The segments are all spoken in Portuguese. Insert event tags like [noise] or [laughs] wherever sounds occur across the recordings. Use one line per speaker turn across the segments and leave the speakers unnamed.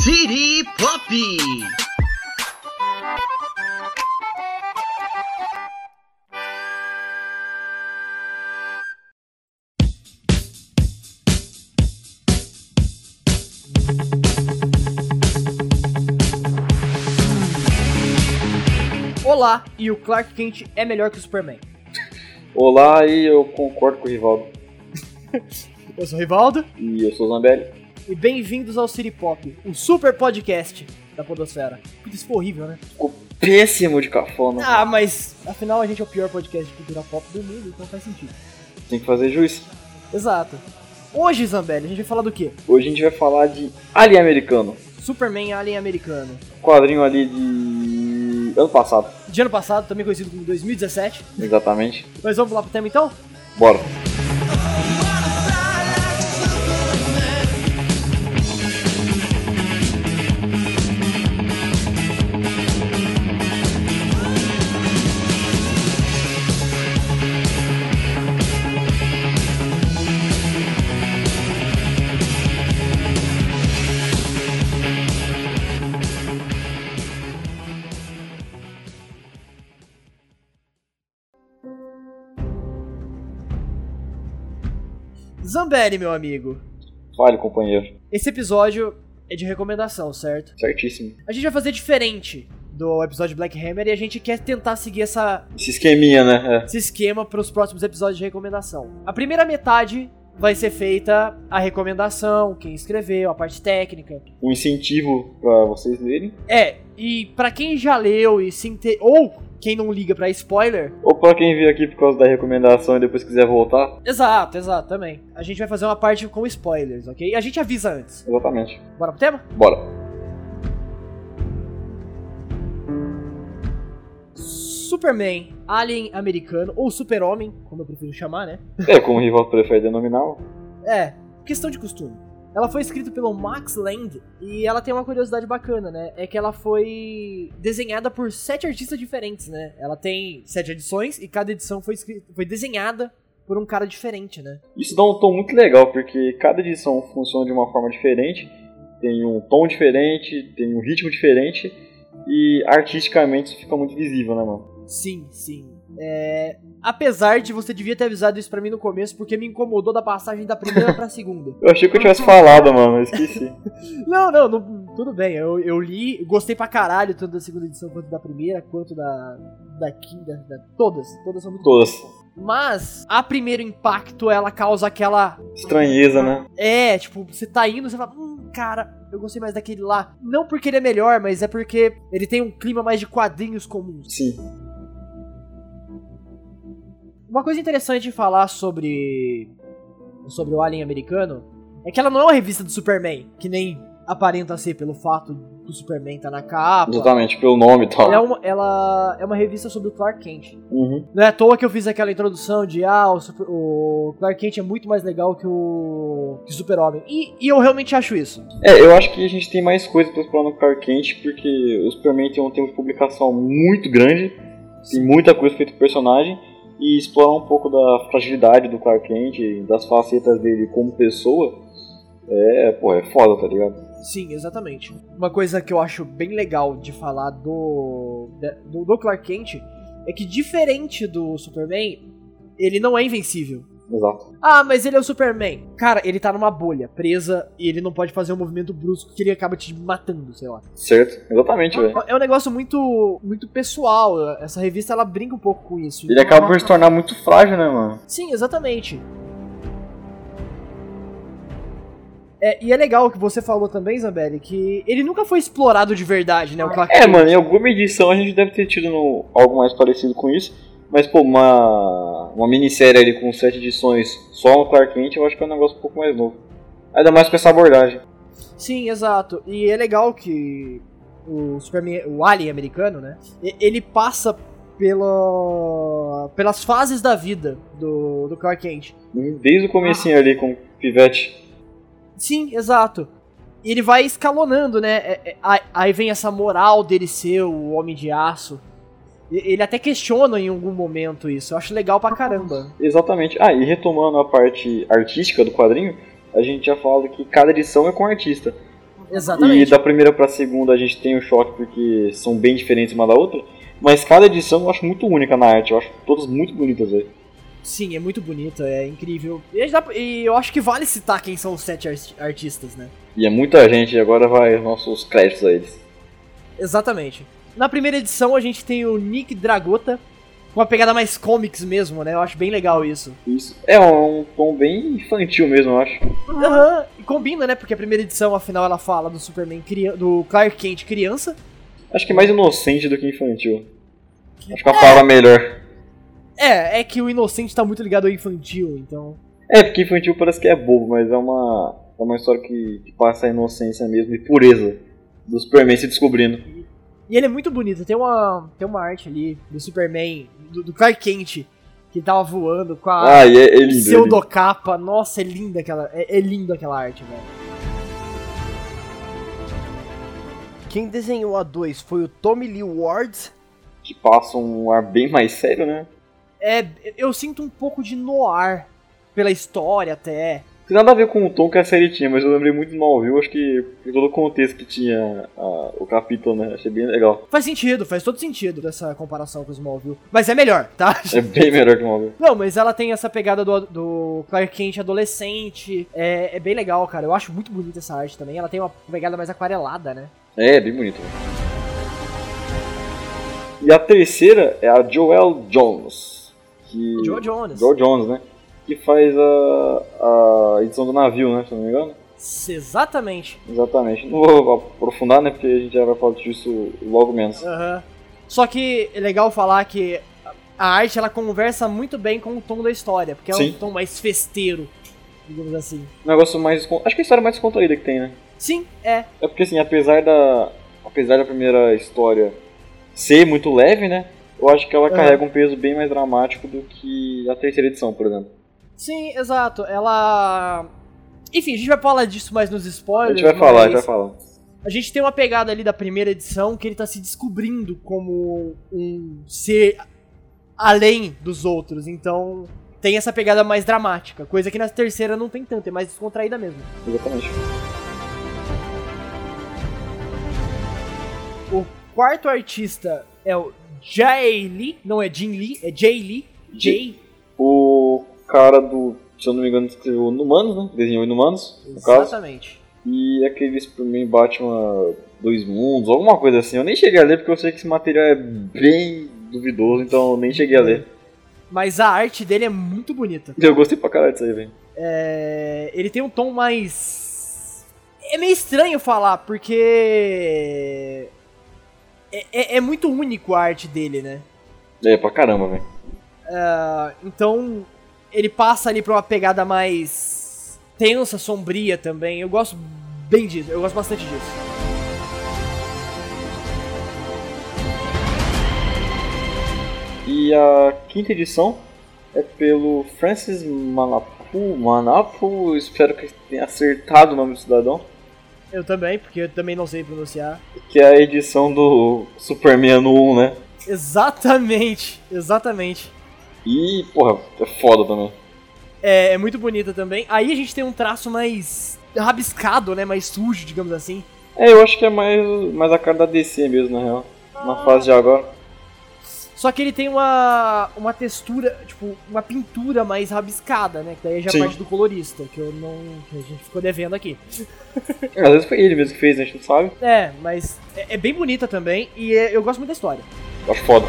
City Pop!
Olá, e o Clark Kent é melhor que o Superman.
Olá, e eu concordo com o Rivaldo.
Eu sou o Rivaldo,
E eu sou o Zambelli.
e bem-vindos ao City Pop, o super podcast da Podosfera. Puta, isso foi horrível, né?
Ficou péssimo de cafona.
Ah, mas afinal a gente é o pior podcast de cultura pop do mundo, então faz sentido.
Tem que fazer juiz.
Exato. Hoje, Zambelli, a gente vai falar do quê?
Hoje a gente vai falar de Alien Americano.
Superman Alien Americano.
Quadrinho ali de. ano passado,
De ano passado, também conhecido como 2017.
exatamente.
Mas vamos lá pro tema então?
Bora.
Zambelli, meu amigo.
Vale, companheiro.
Esse episódio é de recomendação, certo?
Certíssimo.
A gente vai fazer diferente do episódio Black Hammer e a gente quer tentar seguir essa,
Esse esqueminha, né? É.
esse esquema para os próximos episódios de recomendação. A primeira metade vai ser feita a recomendação, quem escreveu, a parte técnica.
Um incentivo pra vocês lerem.
É, e para quem já leu e se inte... ou quem não liga pra spoiler,
Ou pra quem veio aqui por causa da recomendação e depois quiser voltar.
exato, exato, também. A gente vai fazer uma parte com spoilers, ok? E a gente avisa antes.
Exatamente.
Bora pro tema?
Bora.
Superman, Alien Americano ou Super-Homem, como eu prefiro chamar, né?
É, como o Rivaldo prefere denominar.
É, questão de costume. Ela foi escrita pelo Max Land e ela tem uma curiosidade bacana, né? É que ela foi desenhada por sete artistas diferentes, né? Ela tem sete edições e cada edição foi, escrita, foi desenhada por um cara diferente, né?
Isso dá um tom muito legal, porque cada edição funciona de uma forma diferente, tem um tom diferente, tem um ritmo diferente, e artisticamente isso fica muito visível, né, mano?
Sim, sim. É... Apesar de você devia ter avisado isso pra mim no começo, porque me incomodou da passagem da primeira pra segunda.
Eu achei que eu tivesse
Uhum.
falado, mano, eu esqueci.
[laughs]
[laughs]
Não, não, não- tudo bem. Eu, eu li, gostei pra caralho tanto da segunda edição quanto da primeira, quanto da, da quinta, da, todas. Todas são muito
Todas.
Mas a primeiro impacto ela causa aquela.
Estranheza, né?
É, tipo, você tá indo, você fala, hum, cara, eu gostei mais daquele lá. Não porque ele é melhor, mas é porque ele tem um clima mais de quadrinhos comuns.
Sim.
Uma coisa interessante de falar sobre. sobre o Alien americano é que ela não é uma revista do Superman, que nem aparenta ser pelo fato do Superman tá na capa.
Exatamente, pelo nome e tal.
Ela é, uma, ela é uma revista sobre o Clark Kent.
Uhum.
Não é à toa que eu fiz aquela introdução de ah, o, super- o Clark Kent é muito mais legal que o, que o Super-Homem. E, e eu realmente acho isso.
É, eu acho que a gente tem mais coisa pra explorar no Clark Kent, porque o Superman tem um tempo de publicação muito grande, tem muita coisa feita pro personagem, e explorar um pouco da fragilidade do Clark Kent, das facetas dele como pessoa, é, pô, é foda, tá ligado?
Sim, exatamente. Uma coisa que eu acho bem legal de falar do, da- do, do Clark Kent é que, diferente do Superman, ele não é invencível.
Exato.
Ah, mas ele é o Superman. Cara, ele tá numa bolha, presa, e ele não pode fazer um movimento brusco que ele acaba te matando, sei lá.
Certo? Exatamente, velho.
É um negócio muito muito pessoal. Essa revista ela brinca um pouco com isso.
Ele acaba por se tornar muito frágil, né, mano?
Sim, exatamente. É, e é legal que você falou também, Zambelli, que ele nunca foi explorado de verdade, né? O Clark
É,
Kent.
mano, em alguma edição a gente deve ter tido no- algo mais parecido com isso, mas, pô, uma, uma minissérie ali com sete edições só no Clark Kent, eu acho que é um negócio um pouco mais novo. Ainda mais com essa abordagem.
Sim, exato. E é legal que o Superman, o Alien americano, né? e- Ele passa pela, pelas fases da vida do, do Clark Kent.
Desde o comecinho ali com o Pivete.
Sim, exato. E ele vai escalonando, né? É- é- a- Aí vem essa moral dele ser o homem de aço. E- Ele até questiona em algum momento isso. Eu acho legal pra caramba.
Exatamente. Ah, e retomando a parte artística do quadrinho, a gente já fala que cada edição é com um artista.
Exatamente.
E da primeira pra segunda a gente tem o choque porque são bem diferentes uma da outra. Mas cada edição eu acho muito única na arte, eu acho todas muito bonitas, velho.
Sim, é muito bonita, é incrível. E, a gente dá- e eu acho que vale citar quem são os sete arti- artistas, né?
E é muita gente, e agora vai os nossos créditos a eles.
Exatamente. Na primeira edição a gente tem o Nick Dragota, com uma pegada mais comics mesmo, né? Eu acho bem legal isso.
Isso. É um tom bem infantil mesmo, eu acho.
Aham, e combina, né? Porque a primeira edição, afinal, ela fala do Superman criança, do Clark Kent criança.
Acho que é mais inocente do que infantil. Acho que é uma palavra melhor.
É, é que o inocente tá muito ligado ao infantil, então.
É, porque infantil parece que é bobo, mas é uma, é uma história que, que passa a inocência mesmo e pureza do Superman se descobrindo.
E ele é muito bonito, tem uma, tem uma arte ali do Superman, do, do Clark Kent, que tava voando com a
Ah, e é, é lindo. é lindo.
pseudocapa. Nossa, é linda aquela, é, é linda aquela arte, velho.
Quem desenhou a 2 foi o Tommy Lee Ward.
Que passa um ar bem mais sério, né?
É, eu sinto um pouco de noir pela história até.
Tem nada a ver com o tom que a série tinha, mas eu lembrei muito mal, viu? Acho que por todo o contexto que tinha a- o capítulo, né? Achei bem legal.
Faz sentido, faz todo sentido essa comparação com o Smallville. Mas é melhor, tá?
É bem melhor que o Marvel.
Não, mas ela tem essa pegada do, do Clark Kent adolescente. É, é bem legal, cara. Eu acho muito bonita essa arte também. Ela tem uma pegada mais aquarelada, né?
É, bem bonito. E a terceira é a Joel Jones. Que...
Joe Jonas.
Joel Jones, né? Que faz a, a edição do navio, né? Se eu não me engano.
Exatamente.
Exatamente. Não vou aprofundar, né? Porque a gente já vai falar disso logo menos.
Aham. Só que é legal falar que a arte ela conversa muito bem com o tom da história, porque é um
Sim.
tom mais festeiro, digamos assim.
Um negócio mais. descon- Acho que é a história mais descontraída que tem, né?
Sim, é.
É porque assim, apesar da. Apesar da primeira história ser muito leve, né? Eu acho que ela
Aham.
carrega um peso bem mais dramático do que a terceira edição, por exemplo.
Sim, exato. Ela. Enfim, a gente vai falar disso mais nos
A
spoilers.
gente vai
mas
falar, a gente vai falar.
A gente tem uma pegada ali da primeira edição que ele tá se descobrindo como um ser além dos outros. Então tem essa pegada mais dramática, coisa que na terceira não tem tanto, é mais descontraída mesmo.
Exatamente.
O quarto artista é o Jay Lee, não é Jin Lee, é Jay Lee. Jay.
O cara do. Se eu não me engano, escreveu Inumanos, né? Desenhou Inumanos, no caso.
Exatamente.
E é aquele Superman Batman Dois Mundos, alguma coisa assim. Eu nem cheguei a ler porque eu sei que esse material é bem duvidoso, então eu nem cheguei a ler.
Mas a arte dele é muito bonita.
Eu gostei pra caralho disso aí, velho.
É, ele tem um tom mais. É meio estranho falar, porque. É, é- é muito único a arte dele, né?
É, pra caramba, velho.
Ah, Então, ele passa ali pra uma pegada mais tensa, sombria também. Eu gosto bem disso, eu gosto bastante disso.
E a quinta edição é pelo Francis Manapu. Manapu, espero que tenha acertado o nome do cidadão.
Eu também, porque eu também não sei pronunciar.
Que é a edição do Superman no 1, né?
Exatamente, exatamente.
E, porra, é foda também.
É, é muito bonita também. Aí a gente tem um traço mais rabiscado, né? Mais sujo, digamos assim.
É, eu acho que é mais, mais a cara da DC mesmo, na real. Na fase de agora.
Só que ele tem uma, uma textura, tipo, uma pintura mais rabiscada, né? Que daí já é
Sim.
parte do colorista, que eu não. que a gente ficou devendo aqui.
É, Às vezes foi ele mesmo que fez, né? A gente não sabe.
É, mas é, é bem bonita também e é- eu gosto muito da história.
Eu acho É foda.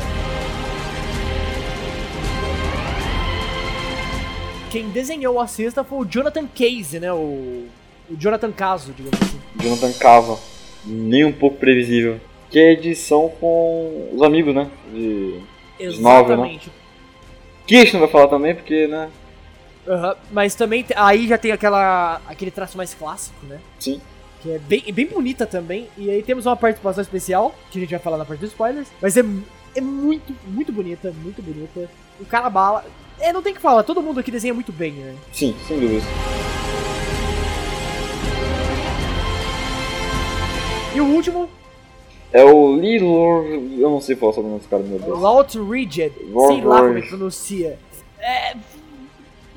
Quem desenhou a cesta foi o Jonathan Case, né? O, o Jonathan Caso, digamos assim.
Jonathan Cava. Nem um pouco previsível. Que é a edição com os amigos, né? De... Novel, né?
Exatamente.
Que a gente não vai falar também, porque, né?
Aham, Mas também te- aí já tem aquela, aquele traço mais clássico, né?
Sim.
Que é bem, bem bonita também. E aí temos uma participação especial, que a gente vai falar na parte dos spoilers. Mas é, mu- é muito, muito bonita, muito bonita. O cara bala. É, não tem o que falar, todo mundo aqui desenha muito bem, né?
Sim, sem dúvidas.
E o último,
É o Lilor. Eu não sei falar sobre o nome desse cara, meu Deus.
Laut Rigid.
Lord
Sei lá como é
Rigid.
que pronuncia. É.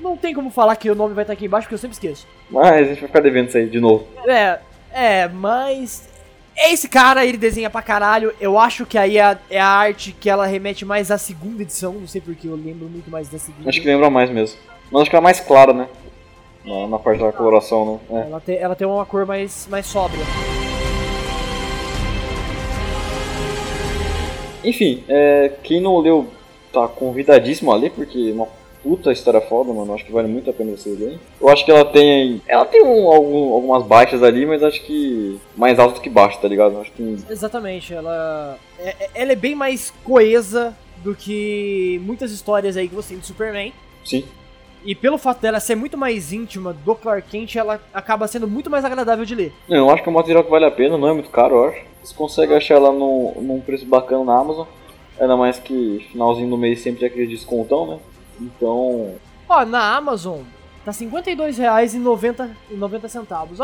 Não tem como falar que o nome vai estar aqui embaixo, porque eu sempre esqueço.
Mas a gente vai ficar devendo isso aí de novo.
É. É, mas. Esse cara, ele desenha pra caralho. Eu acho que aí é a, é a arte que ela remete mais à segunda edição. Não sei porque eu lembro muito mais da segunda.
Acho que lembra mais mesmo. Mas acho que é mais clara, né? Na, na parte da coloração, né?
Ela tem, ela tem uma cor mais, mais sóbria.
É. Enfim, é, quem não leu tá convidadíssimo a ler, porque é uma puta história foda, mano. Acho que vale muito a pena vocês lerem. Eu acho que ela tem. Ela tem um- algum- algumas baixas ali, mas acho que. Mais alto que baixo, tá ligado? Acho que.
Exatamente, ela. é- é- ela é bem mais coesa do que muitas histórias aí que você tem de Superman.
Sim.
E pelo fato dela ser muito mais íntima do Clark Kent, ela acaba sendo muito mais agradável de ler.
Não, eu acho que é um material que vale a pena, não é muito caro, eu acho. Você consegue achar ela num, num preço bacana na Amazon. Ainda mais que finalzinho do mês sempre tem aquele descontão, né? Então.
Ó, na Amazon tá R$ 52,90.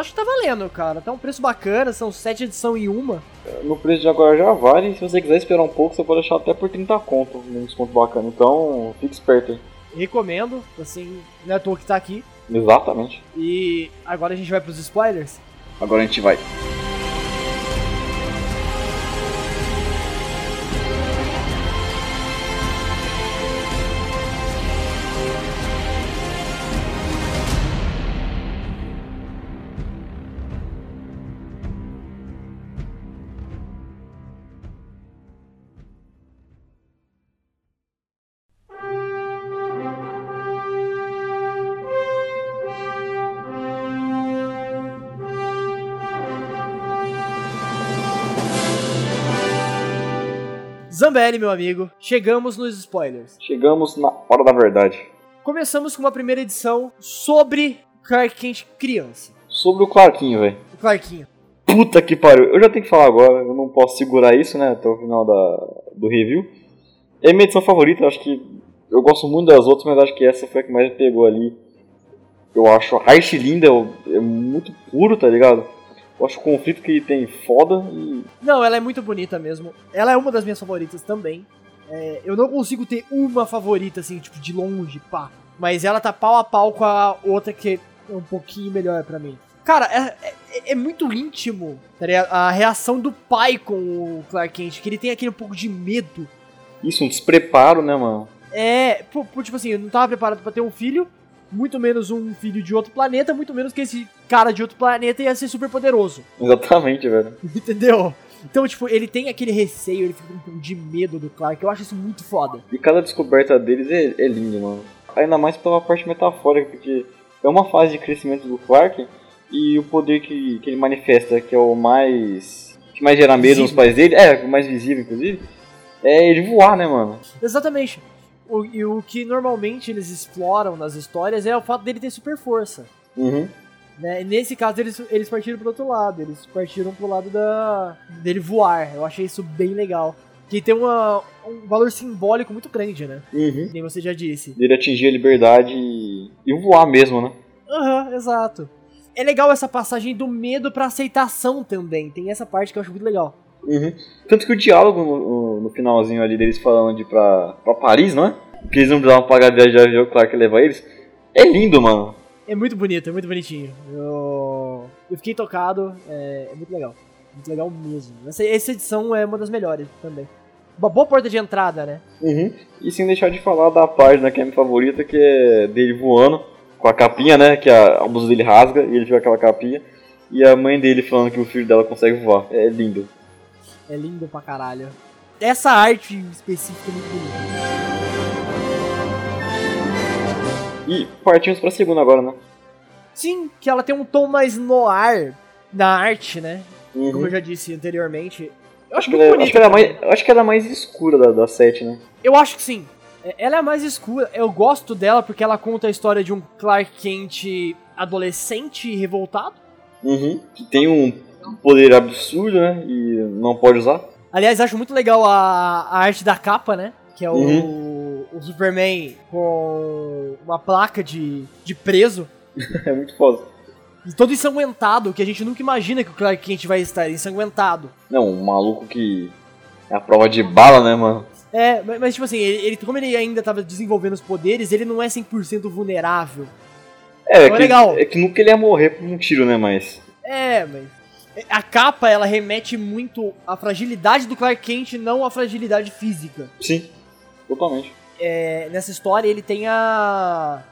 Acho que tá valendo, cara. Tá um preço bacana, são sete edição em uma.
No preço de agora já vale, e se você quiser esperar um pouco, você pode achar até por 30 conto, um desconto bacana. Então, fique esperto aí.
Recomendo, assim, não é à toa que tá aqui.
Exatamente.
E agora a gente vai pros spoilers.
Agora a gente vai.
Zambelli, meu amigo, chegamos nos spoilers.
Chegamos na hora da verdade.
Começamos com uma primeira edição sobre Clark Kent criança.
Sobre o Clarquinho, velho.
O Clarkinho.
Puta que pariu. Eu já tenho que falar agora, eu não posso segurar isso, né, até o final da, do review. É minha edição favorita, acho que eu gosto muito das outras, mas acho que essa foi a que mais me pegou ali. Eu acho a arte linda, eu- é muito puro, tá ligado? Eu acho o conflito que tem foda e.
Não, ela é muito bonita mesmo. Ela é uma das minhas favoritas também. É, eu não consigo ter uma favorita, assim, tipo, de longe, pá. Mas ela tá pau a pau com a outra que é um pouquinho melhor pra mim. Cara, é, é- é muito íntimo tá ligado? a reação do pai com o Clark Kent, que ele tem aquele um pouco de medo.
Isso, um despreparo, né, mano? [laughs]
É, por, por, tipo assim, eu não tava preparado pra ter um filho, muito menos um filho de outro planeta, muito menos que esse cara de outro planeta ia ser super poderoso.
Exatamente, velho.
[laughs] Entendeu? Então, tipo, ele tem aquele receio, ele fica com um pouco de medo do Clark. Eu acho isso muito foda.
E cada descoberta deles é, é linda, mano. Ainda mais pela parte metafórica, porque é uma fase de crescimento do Clark e o poder que, que ele manifesta, que é o mais. que mais gera medo nos
Visível.
pais dele, é, o mais visível inclusive, é ele voar, né, mano?
Exatamente. O, e o que normalmente eles exploram nas histórias é o fato dele ter super força.
Uhum.
Né? E Nesse caso, eles, eles partiram pro outro lado. Eles partiram pro lado da dele voar. Eu achei isso bem legal. Que tem uma, um valor simbólico muito grande, né?
Uhum.
Nem você já disse.
Ele atingir a liberdade e, e voar mesmo, né?
Aham, exato. É legal essa passagem do medo pra aceitação também. Tem essa parte que eu acho muito legal.
Uhum. Tanto que o diálogo no, no- no finalzinho ali deles falando de ir pra, pra Paris, não é? Que eles não precisavam pagar a viagem de avião, claro que leva eles. É lindo, mano.
É muito bonito, é muito bonitinho. Eu, eu fiquei tocado, é, é muito legal. Muito legal mesmo. Essa, essa edição é uma das melhores também. Uma boa porta de entrada, né?
Uhum. E sem deixar de falar da página que é a minha favorita, que é dele voando com a capinha, né? Que a, a blusa dele rasga e ele fica com aquela capinha. E a mãe dele falando que o filho dela consegue voar. É lindo.
É lindo pra caralho. Essa arte em específico é muito bonita.
E partimos pra segunda agora, né?
Sim, que ela tem um tom mais noir na arte, né? Como
Uhum.
eu já disse anteriormente. Eu acho
Acho que,
muito
ela,
bonito. né?
acho, que ela é mais, eu acho que ela é a mais escura da, da sete, né?
Eu acho que sim. É- Ela é mais escura. Eu gosto dela porque ela conta a história de um Clark Kent adolescente e revoltado.
Uhum. Que tem um poder absurdo, né? E não pode usar. [laughs]
Aliás, acho muito legal a, a arte da capa, né? Que é o, o Superman com uma placa de, de preso.
É muito foda.
e Todo ensanguentado, que a gente nunca imagina que o Clark Kent vai estar ensanguentado.
Não, um maluco que é a prova de bala, né, mano?
É, ma- mas tipo assim, ele, ele- como ele ainda tava desenvolvendo os poderes, ele não é 100% vulnerável.
É,
Então é
que,
legal.
é que nunca ele ia morrer por um tiro, né? Mas.
É, mas... A capa, ela remete muito à fragilidade do Clark Kent, não à fragilidade física.
Sim, totalmente.
É, nessa história, ele tem a...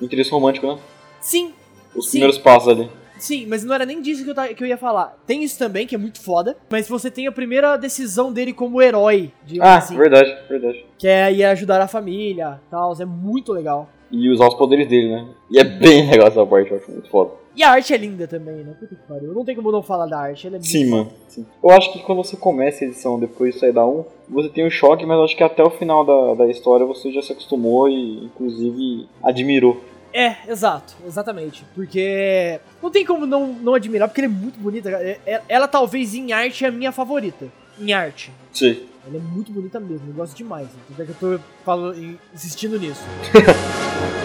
Interesse romântico, né?
Sim,
Os
Sim.
primeiros passos ali.
Sim, mas não era nem disso que eu, ta- que eu ia falar. Tem isso também, que é muito foda, mas você tem a primeira decisão dele como herói, digamos
Ah,
assim,
verdade, verdade.
que é ir ajudar a família, tal, é muito legal.
E usar os poderes dele, né? E é bem legal essa parte, eu acho muito foda.
E a arte é linda também, né? Puta que pariu. Não tem como não falar da arte, ela é
Sim,
muito...
mano. Sim. Eu acho que quando você começa a edição depois de sair da 1, você tem um choque, mas eu acho que até o final da, da história você já se acostumou e, inclusive, admirou.
É, exato, exatamente. Porque não tem como não, não admirar, porque ela é muito bonita. cara. É- é- Ela talvez em arte é a minha favorita. Em arte.
Sim.
Ela é muito bonita mesmo, eu gosto demais. Tanto é que eu tô falo- insistindo nisso. [laughs]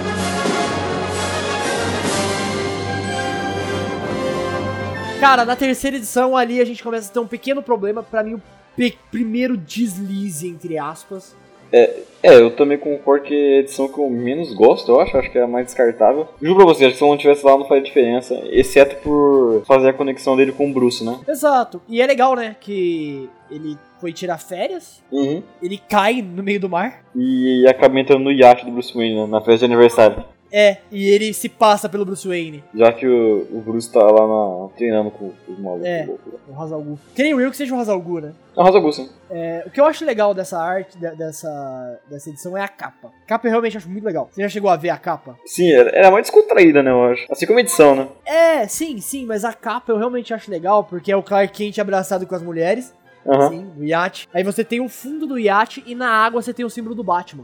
Cara, na terceira edição ali a gente começa a ter um pequeno problema. Pra mim, o pe- primeiro deslize, entre aspas.
É, eu também concordo que é a edição que eu menos gosto, eu acho, acho que é a mais descartável. Juro pra você, acho que se eu não tivesse lá não faria diferença, exceto por fazer a conexão dele com o Bruce, né?
Exato. E é legal, né? Que ele foi tirar férias,
Uhum.
ele cai no meio do mar.
E acaba entrando no iate do Bruce Wayne, né? Na festa de aniversário.
É, e ele se passa pelo Bruce Wayne.
Já que o, o Bruce tá lá na- treinando com os malucos.
É.
loucos lá.
O Hazalgu. Creio eu que seja o Hazalgu, né?
É o Razagul, sim.
É, o que eu acho legal dessa arte, de- dessa, dessa edição, é a capa. A capa eu realmente acho muito legal. Você já chegou a ver a capa?
Sim, era, era mais descontraída, né, eu acho. Assim como a edição, né?
É, sim, sim, mas a capa eu realmente acho legal, porque é o Clark Kent abraçado com as mulheres,
Aham.
sim, no iate. Aí você tem o fundo do iate e na água você tem o símbolo do Batman.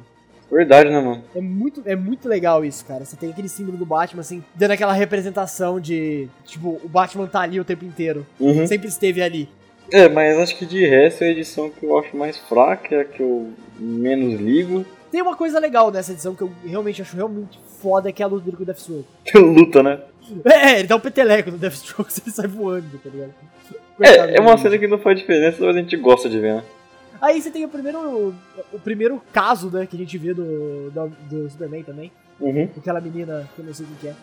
Verdade, né, mano?
É muito, é muito legal isso, cara. Você tem aquele símbolo do Batman, assim, dando aquela representação de, tipo, o Batman tá ali o tempo inteiro.
Uhum.
Sempre esteve ali.
É, mas acho que de resto é a edição que eu acho mais fraca, é a que eu menos ligo. [laughs]
Tem uma coisa legal nessa edição que eu realmente acho realmente foda, que é a luta dele com o Deathstroke.
Luta, né?
É, ele dá um peteleco no Deathstroke, [laughs] ele sai voando, tá ligado? Coitado
É, é uma
dele.
cena que não faz diferença, mas a gente gosta de ver, né?
Aí você tem o primeiro, o primeiro caso, né, que a gente vê do, do, do Superman também.
Uhum.
com Aquela menina, que eu não sei quem que é.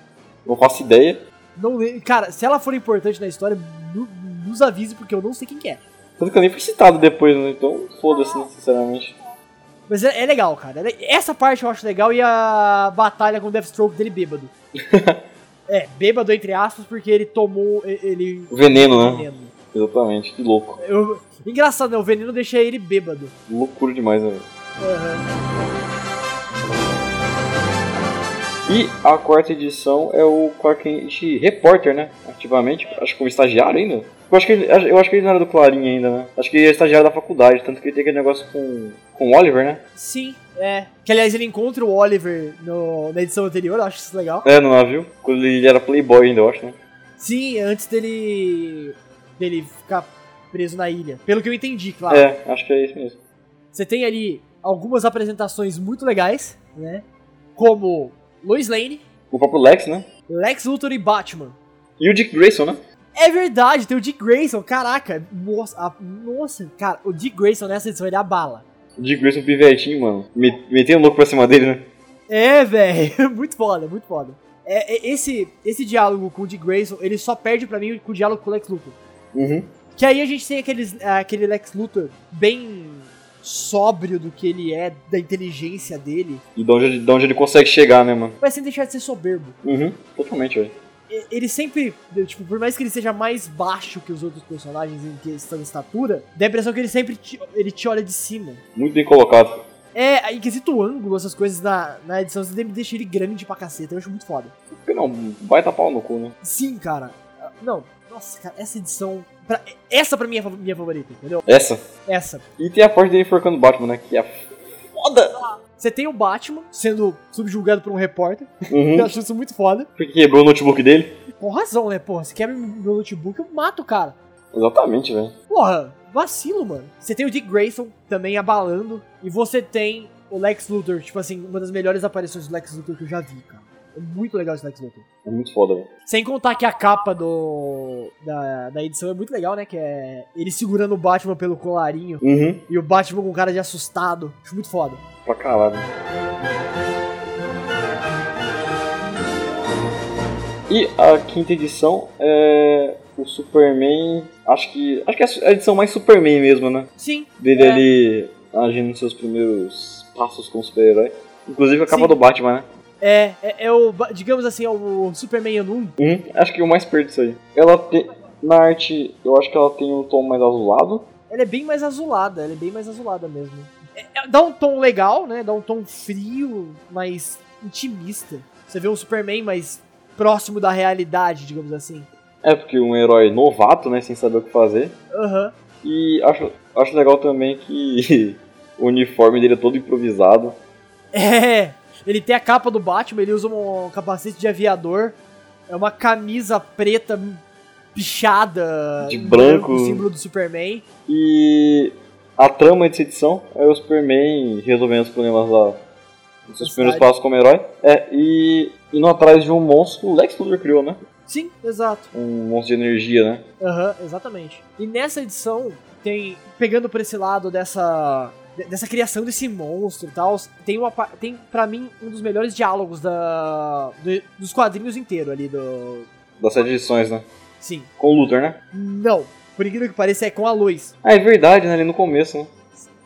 Não faço ideia.
Não, lembro- cara, se ela for importante na história, nu- nos avise, porque eu não sei quem que é.
Tanto que eu nem fui citado depois, né? Então, foda-se, né, sinceramente.
Mas é, é legal, cara. Ele- Essa parte eu acho legal e a batalha com o Deathstroke dele bêbado.
[laughs]
é, bêbado entre aspas, porque ele tomou. e- Ele.
Veneno, né?
veneno.
Exatamente, que louco.
Eu- Engraçado, né? O veneno deixa ele bêbado.
Loucura demais, né? velho?
Aham.
E a quarta edição é o Clark Kent repórter, né? Ativamente, acho que como estagiário ainda. Eu acho que ele, eu acho que ele não era do Clarim ainda, né? Acho que ele é estagiário da faculdade, tanto que ele tem aquele negócio com, com o Oliver, né?
Sim, é. Que aliás ele encontra o Oliver no- na edição anterior, eu acho isso legal.
É, no navio. Quando ele era playboy ainda, eu acho, né?
Sim, antes dele. dele ficar preso na ilha. Pelo que eu entendi, claro.
É, acho que é isso mesmo.
Você tem ali algumas apresentações muito legais, né? Como Lois Lane,
O próprio Lex, né?
Lex Luthor e Batman.
E o Dick Grayson, né?
É verdade, tem o Dick Grayson, caraca. Nossa, a- nossa, cara, o Dick Grayson nessa edição ele abala.
O Dick Grayson pivetinho, mano. Me- Metendo louco pra cima dele, né?
É, velho, [laughs] muito foda, muito foda. É, é, esse, esse diálogo com o Dick Grayson, ele só perde pra mim com o diálogo com o Lex Luthor.
Uhum.
Que aí a gente tem aqueles, aquele Lex Luthor bem sóbrio do que ele é, da inteligência dele,
E de onde, de onde ele consegue chegar, né, mano?
mas sem deixar de ser soberbo.
Uhum. Totalmente, velho.
E- ele sempre, tipo, por mais que ele seja mais baixo que os outros personagens em questão de estatura, dá a impressão que ele sempre te- ele te olha de cima.
Muito bem colocado.
É, em quesito ângulo, essas coisas na, na edição, você sempre deixa ele grande pra caceta, eu acho muito foda.
Porque não, baita pau no cu, né?
Sim, cara. Ah, Não, nossa, cara, essa edição. pra- essa pra mim é a fa- minha favorita, entendeu?
Essa.
Essa.
E tem a parte dele enforcando o Batman, né? Que é foda.
Você tem o Batman sendo subjugado por um repórter,
Uhum.
eu acho isso muito foda.
[laughs] Porque quebrou o notebook dele?
Com razão, né, porra? Você quebra meu notebook, eu mato o cara.
Exatamente, velho.
Porra, vacilo, mano. Você tem o Dick Grayson também abalando. E você tem o Lex Luthor, tipo assim, uma das melhores aparições do Lex Luthor que eu já vi, cara. É muito legal esse Lex Luthor.
É muito foda, velho.
Sem contar que a capa do da, da edição é muito legal, né? Que é ele segurando o Batman pelo colarinho
Uhum.
e o Batman com cara de assustado. Acho muito foda.
Pra caralho. E a quinta edição é o Superman. Acho que. Acho que é a edição mais Superman mesmo, né?
Sim.
Dele
É.
ali agindo seus primeiros passos como super-herói. Inclusive a capa
Sim.
do Batman, né?
É, é, é o, ba- digamos assim, é o Superman Ano 1.
Hum, acho que o mais perto disso aí. Ela tem. Na arte, eu acho que ela tem um tom mais azulado.
Ela é bem mais azulada, ela é bem mais azulada mesmo. É- é- dá um tom legal, né? Dá um tom frio, mas intimista. Você vê um Superman mais próximo da realidade, digamos assim.
É porque um herói novato, né? Sem saber o que fazer.
Aham. [laughs]
E acho, acho legal também que [laughs] o uniforme dele é todo improvisado.
É! Ele tem a capa do Batman, ele usa um capacete de aviador. É uma camisa preta pichada.
De
em
branco.
O símbolo do Superman.
E a trama dessa edição é o Superman resolvendo os problemas lá. Os seus
Cidade.
primeiros passos como herói. É, e indo atrás de um monstro que o Lex Luthor criou, né?
Sim, exato.
Um monstro de energia, né?
Aham, exatamente. E nessa edição, tem. Pegando por esse lado dessa. de- Dessa criação desse monstro e tal, tem, uma, pa- tem pra mim um dos melhores diálogos da, do- dos quadrinhos inteiro ali do.
Das sete edições, né?
Sim.
Com o Luthor, né?
Não. Por incrível que pareça, é com a luz.
Ah, é verdade, né? Ali no começo, né?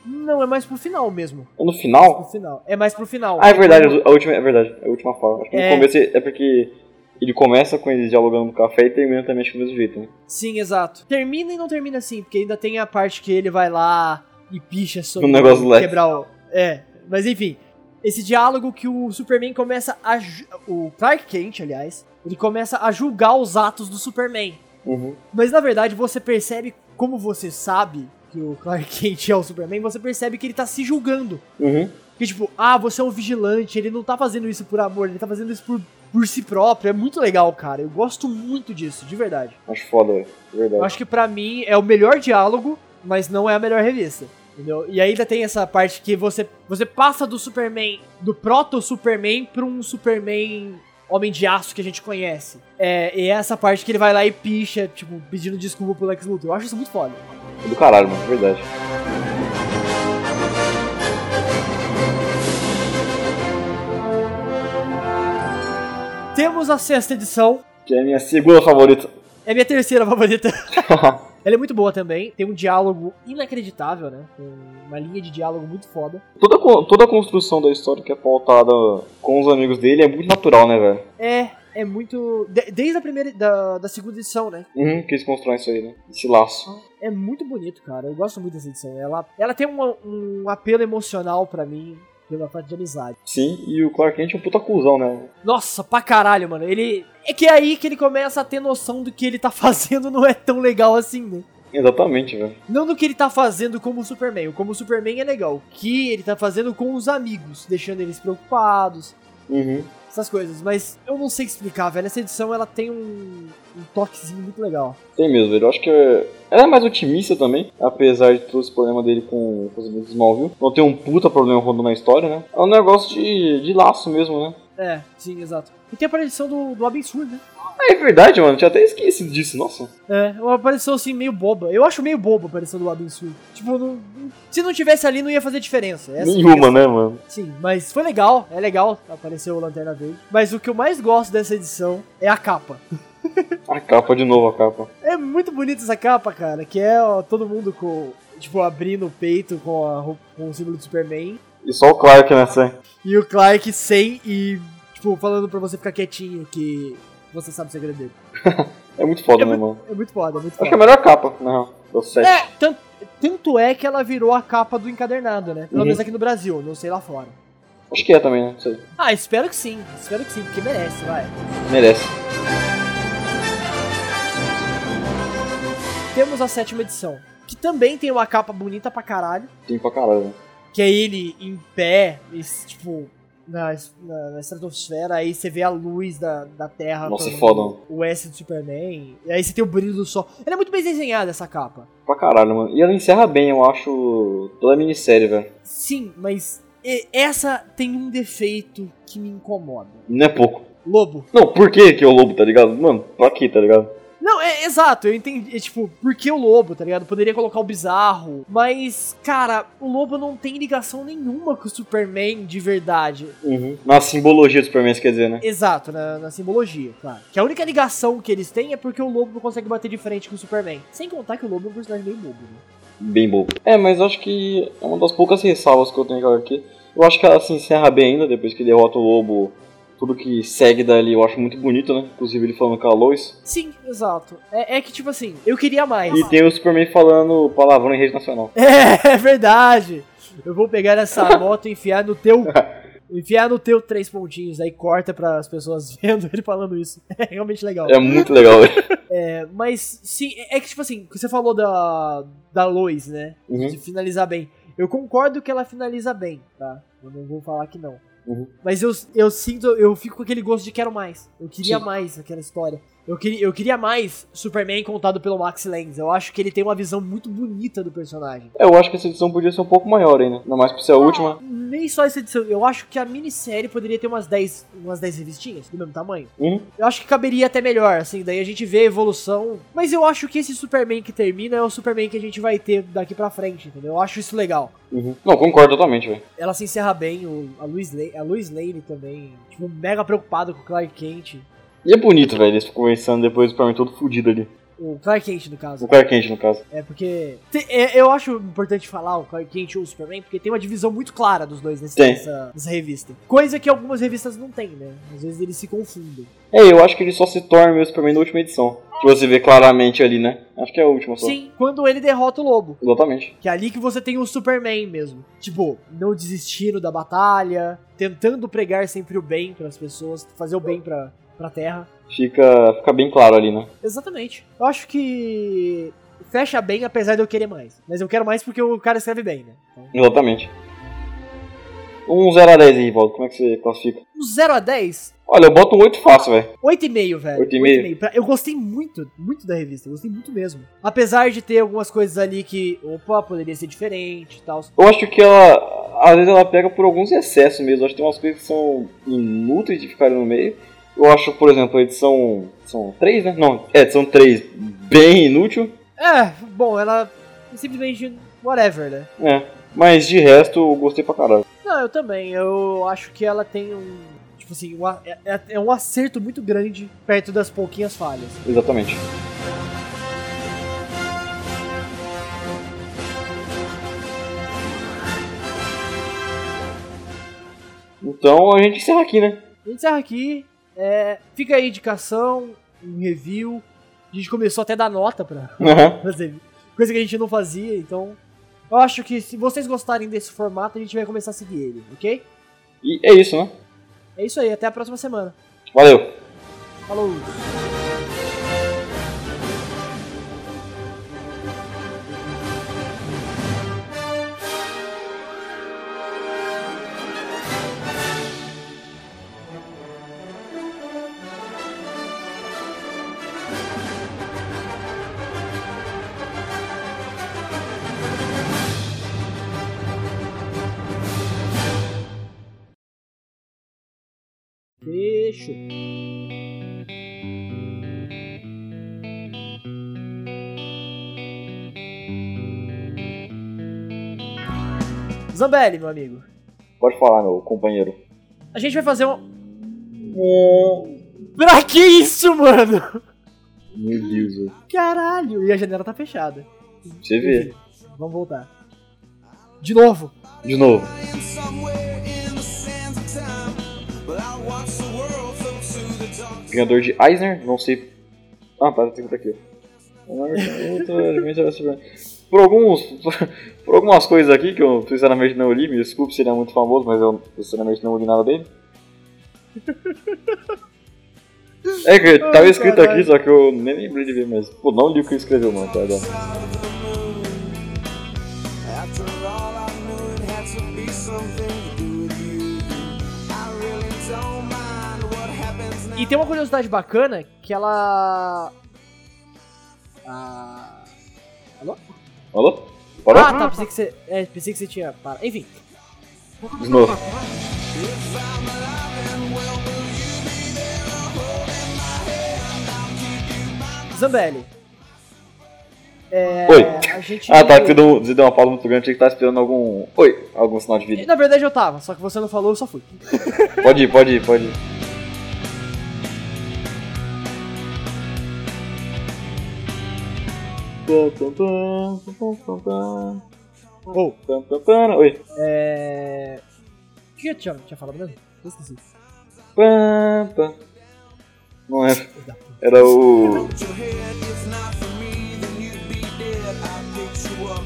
Não, é mais pro final mesmo.
Ou No
Pro
final?
final. É mais pro final.
Ah, é verdade, a última, é verdade, a última fala. Acho que
É.
no começo é porque ele começa com eles dialogando no café e termina também acho que do mesmo jeito, né?
Sim, exato. Termina e não termina assim, porque ainda tem a parte que ele vai lá e picha sobre
Um negócio do Lex.
quebrar o. É, mas enfim. Esse diálogo que o Superman começa a. ju- O Clark Kent, aliás, ele começa a julgar os atos do Superman.
Uhum.
Mas na verdade você percebe, como você sabe que o Clark [laughs] Kent é o Superman, você percebe que ele tá se julgando.
Uhum.
Que tipo, ah, você é um vigilante, ele não tá fazendo isso por amor, ele tá fazendo isso por, por si próprio. É muito legal, cara. Eu gosto muito disso, de verdade.
Acho foda, velho. É Verdade.
Eu acho que pra mim é o melhor diálogo, mas não é a melhor revista. Entendeu? E ainda tem essa parte que você, você passa do Superman, do proto-Superman, pra um Superman homem de aço que a gente conhece. É, e é essa parte que ele vai lá e picha, tipo, pedindo desculpa pro Lex Luthor. Eu acho isso muito foda.
É do caralho, mano. Verdade.
Temos a sexta edição.
Que é a minha segunda [laughs] favorita.
É minha terceira [laughs] favorita. Ela é muito boa também. Tem um diálogo inacreditável, né? Tem uma linha de diálogo muito foda.
toda, co- toda a construção da história que é pautada com os amigos dele é muito natural, né, velho?
É, é muito. de- desde a primeira. Da, da segunda edição, né?
Uhum, que eles constroem isso aí, né? Esse laço.
É muito bonito, cara. Eu gosto muito dessa edição. Ela, ela tem um, um apelo emocional pra mim pela parte de amizade.
Sim, e o Clark Kent é um puta cuzão, né?
Nossa, pra caralho, mano. Ele. É que é aí que ele começa a ter noção do que ele tá [laughs] fazendo não é tão legal assim, né?
Exatamente, velho.
Não do que ele tá fazendo como o Superman. O Como o Superman é legal. O que ele tá fazendo com os amigos, deixando eles preocupados,
Uhum.
essas coisas. Mas eu não sei explicar, velho. Essa edição ela tem um, um toquezinho muito legal.
Tem mesmo, velho. Eu acho que é... ela é mais otimista também, apesar de todo esse problema dele com, com os amigos de Smallville. Não tem um puta problema rodando na história, né? É um negócio de, de laço mesmo, né?
É, sim, exato. E tem a aparição do, do absurdo, né?
Ah, é verdade, mano. Tinha até esquecido disso, nossa.
É, uma aparição assim meio boba. Eu acho meio boba a aparição do Robin Sul. Tipo, não- se não tivesse ali, não ia fazer diferença. Essa é
Nenhuma, né, mano?
Sim, mas foi legal, é legal aparecer o Lanterna Verde. Mas o que eu mais gosto dessa edição é a capa.
A capa, de novo a capa.
É muito bonita essa capa, cara, que é ó, todo mundo com, tipo, abrindo o peito com, a roupa- com o símbolo do Superman.
E só o Clark nessa.
E o Clark sem e, tipo, falando pra você ficar quietinho que você sabe o segredo dele.
É muito foda,
É
né,
muito-
mano?
É muito foda, é muito
Acho que é a
foda.
melhor capa, na real. Do set.
É, tanto, tanto é que ela virou a capa do encadernado, né? Pelo
Uhum.
menos aqui no Brasil, não sei lá fora.
Acho que é também, né? Não sei.
Ah, espero que sim, espero que sim, porque merece, vai.
Merece.
Temos a sétima edição, que também tem uma capa bonita pra caralho,
Tem pra caralho. né?
que é ele em pé, esse, tipo, na, es- na, na estratosfera, aí você vê a luz da, da Terra.
Nossa,
com
é foda, mano.
O S do Superman, e aí você tem o brilho do sol. Ela é muito bem desenhada, essa capa.
Pra caralho, mano. E ela encerra bem, eu acho, toda a minissérie, velho.
Sim, mas e- essa tem um defeito que me incomoda.
Não é pouco.
Lobo.
Não, por que que é o lobo, tá ligado? Mano, pra quê, tá ligado?
Não, é exato, eu entendi. É, tipo, por que o lobo, tá ligado? Poderia colocar o bizarro. Mas, cara, o lobo não tem ligação nenhuma com o Superman de verdade.
Uhum. Na simbologia do Superman, isso quer dizer, né?
Exato, na, na simbologia, claro. Que a única ligação que eles têm é porque o lobo não consegue bater de frente com o Superman. Sem contar que o lobo é um personagem bem bobo, né?
Bem bobo. É, mas eu acho que é uma das poucas ressalvas que eu tenho aqui. Eu acho que ela se encerra bem ainda, depois que derrota o lobo. Tudo que segue dali eu acho muito bonito, né? Inclusive ele falando com a Lois.
Sim, exato. É, é que, tipo assim, eu queria mais.
E tem o Superman falando palavrão em rede nacional.
É, é verdade. Eu vou pegar
[laughs]
essa moto e enfiar no teu. Enfiar no teu três pontinhos, aí corta para as pessoas [laughs] vendo ele falando isso. É realmente legal.
É muito legal. velho.
É, mas sim, é que tipo assim, você falou da, da Lois, né?
[laughs] Uhum.
De finalizar bem. Eu concordo que ela finaliza bem, tá? Eu não vou falar que não.
Uhum.
Mas eu, eu sinto, eu fico com aquele gosto de quero mais. Eu queria
Sim.
mais aquela história. Eu queria, eu queria mais Superman contado pelo Max Lenz. Eu acho que ele tem uma visão muito bonita do personagem.
É, eu acho que essa edição podia ser um pouco maior ainda. Ainda mais por ser a última.
Nem só essa edição, eu acho que a minissérie poderia ter umas 10, umas 10 revistinhas do mesmo tamanho.
Uhum.
Eu acho que caberia até melhor, assim, daí a gente vê a evolução. Mas eu acho que esse Superman que termina é o Superman que a gente vai ter daqui pra frente, entendeu? Eu acho isso legal.
Uhum. Não, concordo totalmente, velho.
Ela se encerra bem, o, a, Louis Lane, a Louis Lane também, tipo, mega preocupada com o Clark Kent.
E é bonito, velho, eles conversando depois do Superman todo fudido ali.
O Clark Kent, no caso.
O Clark Kent, no caso.
É porque. te- é, eu acho importante falar o Clark Kent ou o Superman, porque tem uma divisão muito clara dos dois nesse-
Tem.
nessa, nessa revista. Coisa que algumas revistas não têm, né? Às vezes eles se confundem.
É, eu acho que ele só se torna mesmo Superman na última edição. Que você vê claramente ali, né? Acho que é a última só.
Sim, quando ele derrota o lobo.
Exatamente.
Que é ali que você tem o Superman mesmo. Tipo, não desistindo da batalha, tentando pregar sempre o bem pras pessoas, fazer o bem pra, pra terra.
Fica, fica bem claro ali, né?
Exatamente. Eu acho que. Fecha bem, apesar de eu querer mais. Mas eu quero mais porque o cara escreve bem, né? Então,
Exatamente. Um 0 a 10 aí, Valdo. Como é que você classifica?
um 0 a 10,
Olha, eu boto um 8 fácil, velho.
8,5, velho.
Oito e meio?
8,5. Pra- Eu gostei muito, muito da revista. eu Gostei muito mesmo. Apesar de ter algumas coisas ali que, opa, poderia ser diferente e tal.
Eu acho que ela, às vezes, ela pega por alguns excessos mesmo. Eu acho que tem umas coisas que são inúteis de ficarem no meio. Eu acho, por exemplo, a edição. São 3, né? Não, é, edição 3 bem inútil.
É, bom, ela simplesmente whatever, né?
É. Mas de resto, eu gostei pra caralho.
Não, eu também. Eu acho que ela tem um. Tipo assim, um a- é, é- é um acerto muito grande perto das pouquinhas falhas.
Exatamente. Então a gente encerra aqui, né? [laughs]
A gente encerra aqui. é, fica aí a indicação, um review. A gente começou até a dar nota pra,
Aham.
fazer coisa que a gente não fazia, então eu acho que se vocês gostarem desse formato, a gente vai começar a seguir ele, ok?
E é isso, né?
É isso aí, até a próxima semana.
Valeu!
Falou! Beijo! Zambelli, meu amigo.
Pode falar, meu companheiro.
A gente vai fazer um. É. Pra que isso, mano?
Meu Deus, velho.
Caralho! E a janela tá fechada.
Você vê.
Vamos voltar. De novo.
De novo.
lying somewhere in the sands of time. But I watch the world flow to the dark.
Vingador de Eisner, não sei. Ah, tá, tem que botar aqui. [laughs] Por alguns. [laughs] Por algumas coisas aqui que eu sinceramente não li, me desculpe se ele é muito famoso, mas eu sinceramente não li nada dele. É que tava
[laughs] Ai,
escrito
caralho.
aqui, só que eu nem lembrei de ver, mas pô, não li o que ele escreveu, mano. Tá, tá.
Out of the moon. After all, I knew it had to be something to do with you. I really don't mind what happens now.
E tem uma curiosidade bacana que ela. Ah.
Alô? Parou?
Ah, tá, pensei que você. É, pensei que você tinha. Para. Enfim.
De novo.
If I'm alive and well, will you be there holding my hand? I'll keep you by my
Zambelli. É,
Oi.
A gente...
Ah, tá, que você deu, você deu uma pausa muito grande, achei que tava esperando algum. Oi, algum sinal de [laughs] vida.
Na verdade eu tava, só que você não falou, eu só fui.
Pode ir, pode ir, pode ir.
Ou,
Oi.
é... O que eu tinha, tinha falado mesmo? Eu esqueci.
Pam, pam. Não era. Era o.
Put your head, if not for me, then you'd be dead. I picked you up,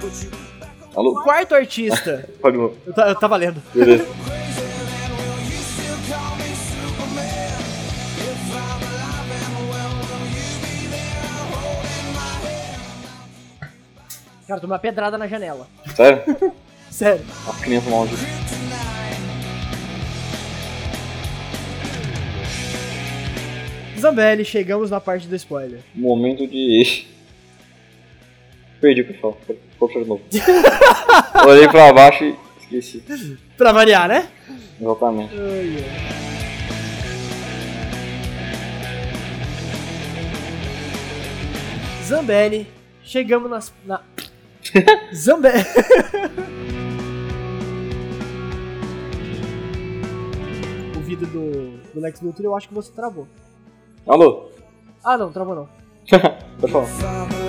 put you
Alô?
Quarto artista.
Pode ir.
eu, ta- eu tava lendo.
Beleza.
crazy, and will you still call me Superman? If I'm alive and well, will you be there holding my hand?
Cara, tomei uma pedrada na janela.
Sério?
Sério.
A criança mal de.
Zambelli, chegamos na parte do spoiler.
Momento de. Perdi, pessoal. Vou puxar de [laughs] novo. Olhei pra baixo e esqueci.
Pra variar, né?
Exatamente.
Zambelli, chegamos nas, na. Zambelli. [laughs] o vídeo do, do Lex Luthor eu acho que você travou.
Alô? [laughs]
Ah, não, travou não.
Pessoal.
If I'm